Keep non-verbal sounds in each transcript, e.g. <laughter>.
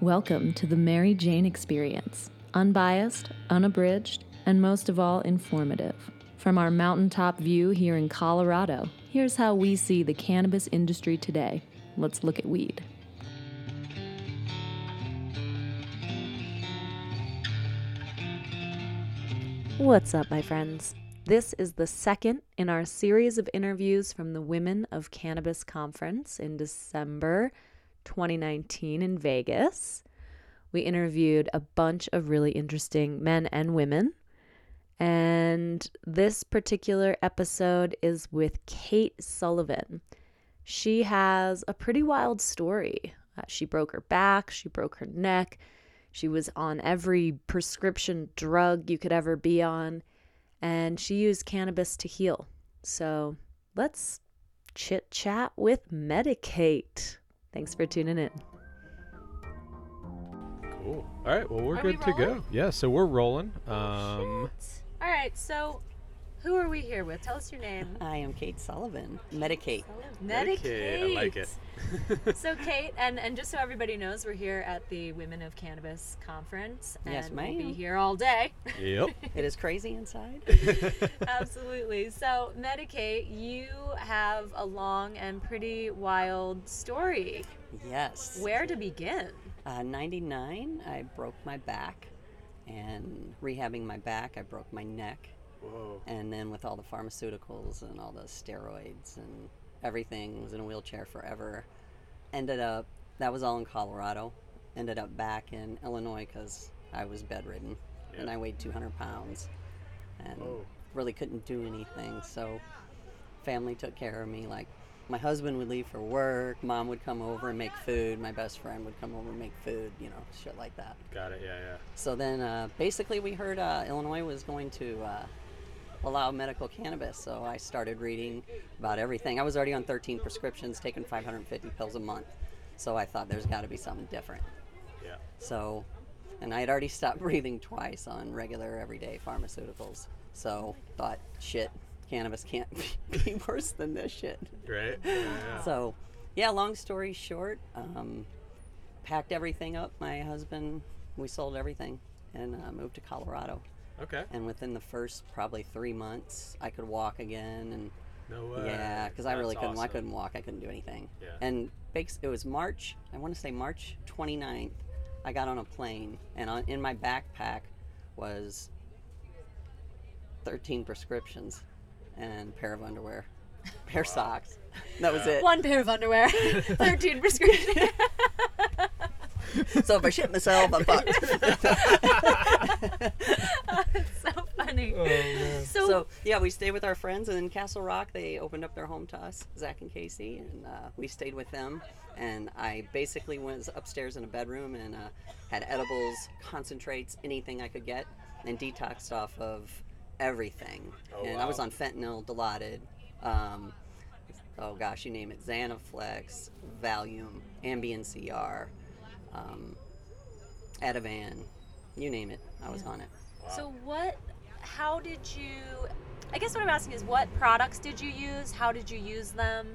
Welcome to the Mary Jane Experience, unbiased, unabridged, and most of all, informative. From our mountaintop view here in Colorado, here's how we see the cannabis industry today. Let's look at weed. What's up, my friends? This is the second in our series of interviews from the Women of Cannabis Conference in December 2019 in Vegas. We interviewed a bunch of really interesting men and women. And this particular episode is with Kate Sullivan. She has a pretty wild story. Uh, she broke her back, she broke her neck, she was on every prescription drug you could ever be on, and she used cannabis to heal. So let's chit chat with Medicate. Thanks for tuning in. Cool. All right. Well, we're Are we good to go. rolling? Yeah. So we're rolling. All Um, right, so who are we here with? Tell us your <laughs> name. I am Kate Sullivan. Medicate. Medicaid, I like it. Medicaid. <laughs> so Kate, and and just so everybody knows, we're here at the Women of Cannabis conference, and Yes, we'll be ma'am. here all day. <laughs> yep. <laughs> It is crazy inside. <laughs> Absolutely. So Medicaid, you have a long and pretty wild story. yes. Where to begin? Uh, 99, I broke my back. And rehabbing my back, I broke my neck. Whoa. And then with all the pharmaceuticals and all the steroids and everything, was in a wheelchair forever. Ended up, that was all in Colorado. Ended up back in Illinois because I was bedridden. And Yeah. I weighed 200 pounds. And Oh. really couldn't do anything. So family took care of me. Like my husband would leave for work, mom would come over and make food, my best friend would come over and make food, you know, shit like that. Got it. Yeah. So then uh, basically we heard uh, Illinois was going to uh, allow medical cannabis. So I started reading about everything. I was already on 13 prescriptions, taking 550 pills a month. So I thought there's got to be something different. Yeah. Yeah. So, and I had already stopped <laughs> breathing twice on regular everyday pharmaceuticals. So, thought, shit, cannabis can't <laughs> be worse than this shit. <laughs> Right. Yeah, yeah. So, yeah, long story short, um, packed everything up. My husband, we sold everything and uh, moved to Colorado. Okay. And within the first probably three months, I could walk again and No way. yeah, because I That's really couldn't. I awesome. couldn't walk. I couldn't do anything. Yeah. And bas- it was March. I want to say March 29th. I got on a plane, and on, in my backpack was 13 prescriptions and a pair of underwear, <laughs> pair of socks. That was it. One pair of underwear, <laughs> thirteen prescriptions. So if I shit myself, I'm fucked. so funny. Oh, so, so yeah, we stayed with our friends, and in Castle Rock, they opened up their home to us, Zach and Casey, and uh, we stayed with them. And I basically was upstairs in a bedroom and uh, had edibles, concentrates, anything I could get, and detoxed off of everything. Oh, and I wow. was on fentanyl, Dilaudid, um, oh gosh, you name it, Xanaflex, Valium, Ambien CR, um, Ativan, you name it, I was on it. So what? How did you? I guess what I'm asking is, what products did you use? How did you use them?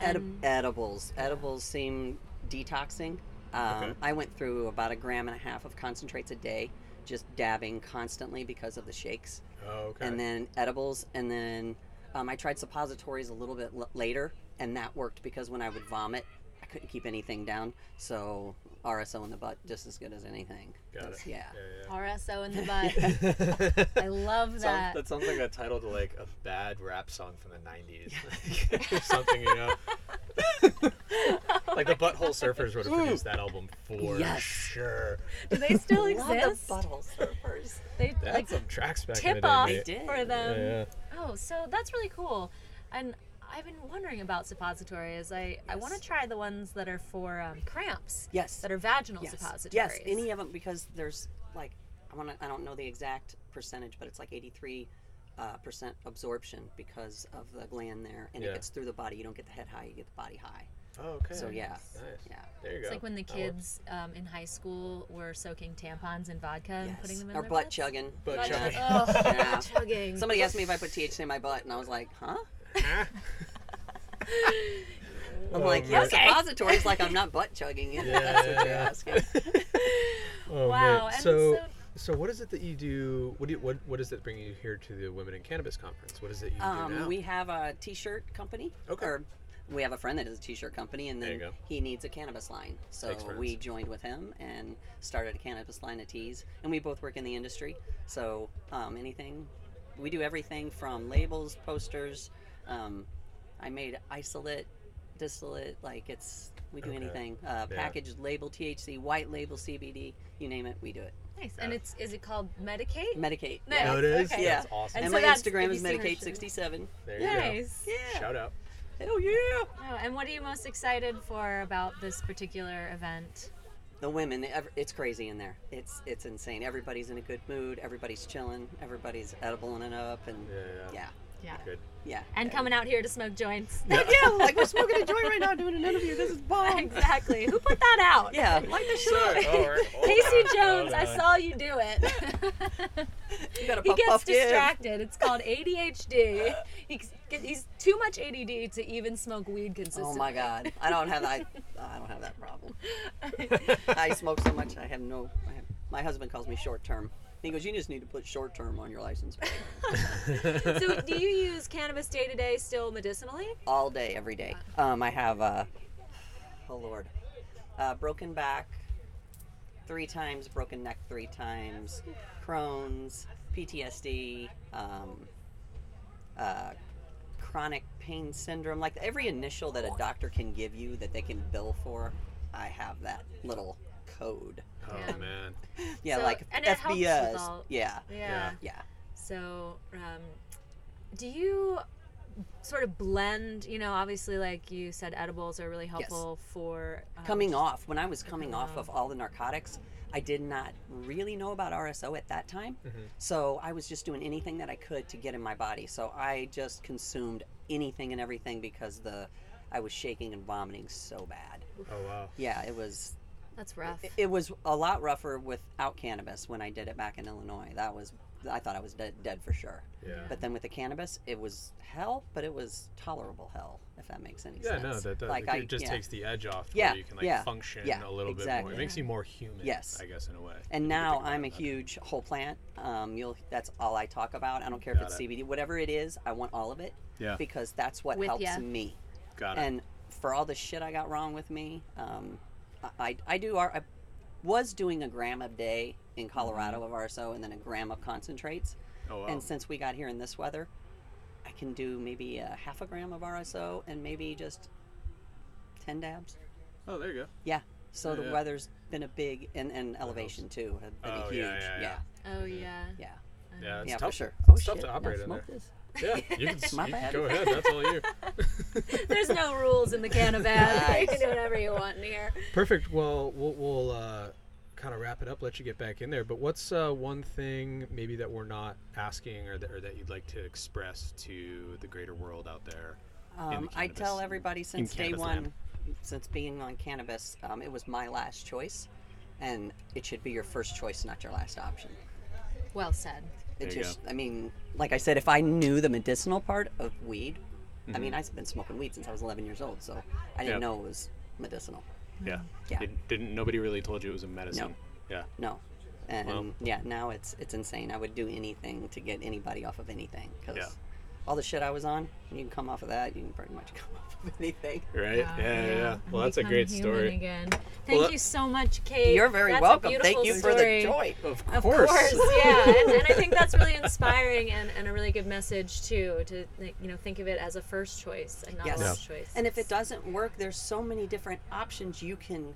Edi- And edibles. Edibles seem detoxing. Um, Okay. I went through about a gram and a half of concentrates a day, just dabbing constantly because of the shakes. Oh, okay. And then edibles, and then um, I tried suppositories a little bit l- later, and that worked because when I would vomit, I couldn't keep anything down. So RSO in the butt, just as good as anything. Got it. Yeah. RSO in the butt. <laughs> I love that. that sounds like a title to like a bad rap song from the '90s, <laughs> or something, you <laughs> know. like the Butthole Surfers would have produced that album for Yes. sure. Do they still <laughs> Love the exist? butthole surfers. They That's like some tracks back in the tip day. off mate. did. for them. Yeah, Oh, so that's really cool. And I've been wondering about suppositories. I I want to Yes. try the ones that are for um, cramps. Yes. That are vaginal yes. suppositories. Yes, any of them because there's like I want to I don't know the exact percentage, but it's like 83 uh, percent absorption because of the gland there, and Yeah. it gets through the body. You don't get the head high, you get the body high. Oh, okay. So yeah, Nice. yeah. There you go. It's like when the That works. kids um, in high school were soaking tampons in vodka and Yes. putting them in or their butt butts. chugging. Butt Butt chugging. chug- Oh, Yeah. butt chugging. Somebody asked me if I put THC in my butt, and I was like, huh? I'm Oh, like, man. <laughs> yes, Okay. suppositories, like I'm not butt chugging <laughs> it. Yeah, That's what yeah, you're yeah. asking. Oh, Wow, man. and So, so- so what is it that you do? What do you, what what is it bringing you here to the Women in Cannabis Conference? What is it you do now? Um, we have a t-shirt company. Okay. Or we have a friend that has a t-shirt company, and There then you go. he needs a cannabis line. So Makes sense. we joined with him and started a cannabis line of teas. And we both work in the industry, so um, anything we do everything from labels, posters. Um, I made isolate, distillate. Like it's we do Okay. anything. Uh, Yeah. Packaged label THC, white label CBD. You name it, we do it. Nice. And it's is it called Medicate? Medicate. No, Oh, it is. okay. Yeah. That's awesome. And, And so my that's- Instagram have is you seen her show? Medicate67. there you Nice. Yeah. go. Shout out. Hell yeah. Oh, and what are you most excited for about this particular event? the women they ev- it's crazy in there it's it's insane everybody's in a good mood everybody's chilling everybody's edibling it up and Yeah, yeah. yeah Yeah. <laughs> Good. yeah And coming out here to smoke joints. <laughs> yeah, like we're smoking a joint right now doing an interview this is bomb exactly. Who put that out? yeah light the <laughs> shit up Oh, Casey Jones, I saw you do it. <laughs> you gotta <laughs> he puff, gets puff, give. distracted. It's called ADHD. He, he's too much ADD to even smoke weed consistently. oh my god i don't have that i don't have that problem i smoke so much i have no I have, my husband calls me short term he goes you just need to put short term on your license plate." <laughs> so, do you use cannabis day to day still medicinally? all day every day um i have uh oh lord uh, broken back three times, broken neck three times, Crohn's, PTSD, um, uh, chronic pain syndrome. Like every initial that a doctor can give you that they can bill for, I have that little code. Oh Yeah. man. Yeah, So- like and it helps with FBS. all- Yeah, Yeah. yeah. So, um, do you sort of blend? You know, obviously, like you said, edibles are really helpful for um, coming off when i was coming off of all the narcotics i did not really know about rso at that time Mm-hmm. so i was just doing anything that i could to get in my body so i just consumed anything and everything because the i was shaking and vomiting so bad Oh wow. yeah it was That's rough. it, it was a lot rougher without cannabis when i did it back in illinois that was i thought i was dead, dead for sure Yeah. but then with the cannabis it was hell but it was tolerable hell if that makes any Yeah, sense no, that does. Like Like I- it just yeah. takes the edge off to Yeah, where you can like yeah, function yeah, a little bit more. exactly. It makes you more human. Yes. I guess in a way. And now I'm a human. huge whole plant. Um, you'll that's all I talk about. I don't care if Got it's it. CBD, whatever it is. I want all of it Yeah. because that's what With helps ya. me. Got it. And for all the shit I got wrong with me, um, I- I I do R- I was doing a gram a day in Colorado of RSO and then a gram of concentrates. Mm-hmm. oh wow. And since we got here in this weather, I can do maybe a half a gram of RSO and maybe just ten dabs. oh, there you go. Yeah. So Yeah, the yeah. weather's been a big and, and elevation too have been Oh, a yeah, huge yeah, yeah. oh yeah. yeah. yeah. Yeah, it's yeah, tough. for sure. Oh, it's tough to shit. operate Yeah, in smoke there. this. Yeah, <laughs> you can, s- My you can bad. go ahead. That's all <laughs> you. <laughs> There's no rules in the cannabis. You can Nice. do whatever you want in here. Perfect. Well, we'll, we'll uh, kind of wrap it up. Let you get back in there. But what's uh, one thing maybe that we're not asking, or that, or that you'd like to express to the greater world out there? Um, I cannabis- tell everybody since day cannabis one, land. since being on cannabis, um, it was my last choice, and it should be your first choice, not your last option. Well said. It There you just, I mean, like I said, if I knew the medicinal part of weed, I mean, I've been smoking weed since I was 11 years old, so I Mm-hmm. didn't Yep. know it was medicinal. Yeah. Yeah. Didn't, didn't nobody really told you it was a medicine? Yeah. No. And Wow. yeah, now it's it's insane. I would do anything to get anybody off of anything because Yeah. all the shit I was on, you can come off of that. You can pretty much <laughs> come off of anything. Right. Yeah. Yeah. Well, that's a great story. Again. Thank Well, that- you so much, Kate. You're very That's a welcome. beautiful Thank you for story. the joy. Of Of course, <laughs> <laughs> yeah, and, and I think that's really inspiring and, and a really good message too. To like, you know, think of it as a first choice and not Yes. a Yeah. last choice. And if it doesn't work, there's so many different options you can.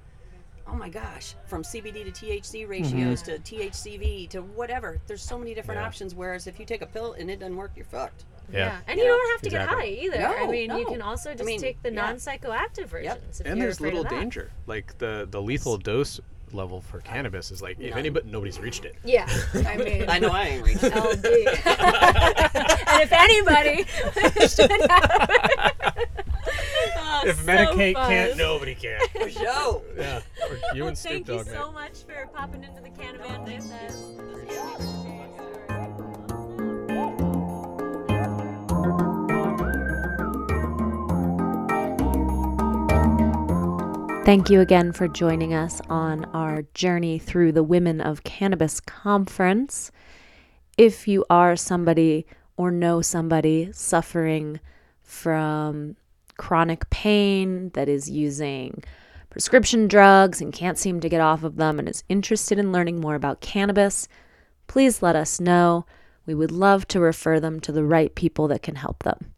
Oh my gosh, from CBD to THC ratios to THCV to whatever. There's so many different Yeah. options. Whereas if you take a pill and it doesn't work, you're fucked. Yeah. And you Yeah. don't have to Exactly. get high either. I No, mean, you no. can also I just mean, take the yeah. non-psychoactive versions. If and you're there's afraid little of that. danger like the the lethal dose level for cannabis is like if anybody nobody's reached it Yeah. <laughs> I mean, <laughs> I know I ain't <laughs> reaching. LD. <laughs> and if <laughs> anybody <laughs> should have. Oh, If so Medicaid fun. can't, <laughs> nobody can For sure. yeah or you Well, and Snoop thank you Dogg man. so much for popping into the Canavan Thank you again for joining us on our journey through the Women of Cannabis Conference. If you are somebody or know somebody suffering from chronic pain that is using prescription drugs and can't seem to get off of them and is interested in learning more about cannabis, please let us know. We would love to refer them to the right people that can help them.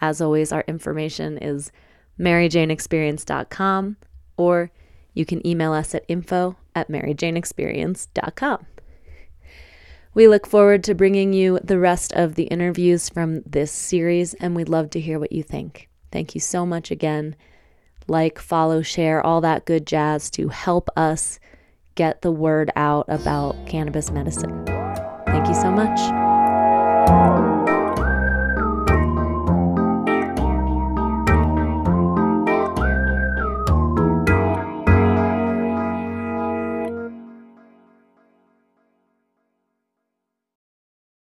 As always, our information is maryjaneexperience.com or you can email us at info at maryjaneexperience.com. We look forward to bringing you the rest of the interviews from this series, and we'd love to hear what you think. Thank you so much again. Like, follow, share, all that good jazz to help us get the word out about cannabis medicine. Thank you so much.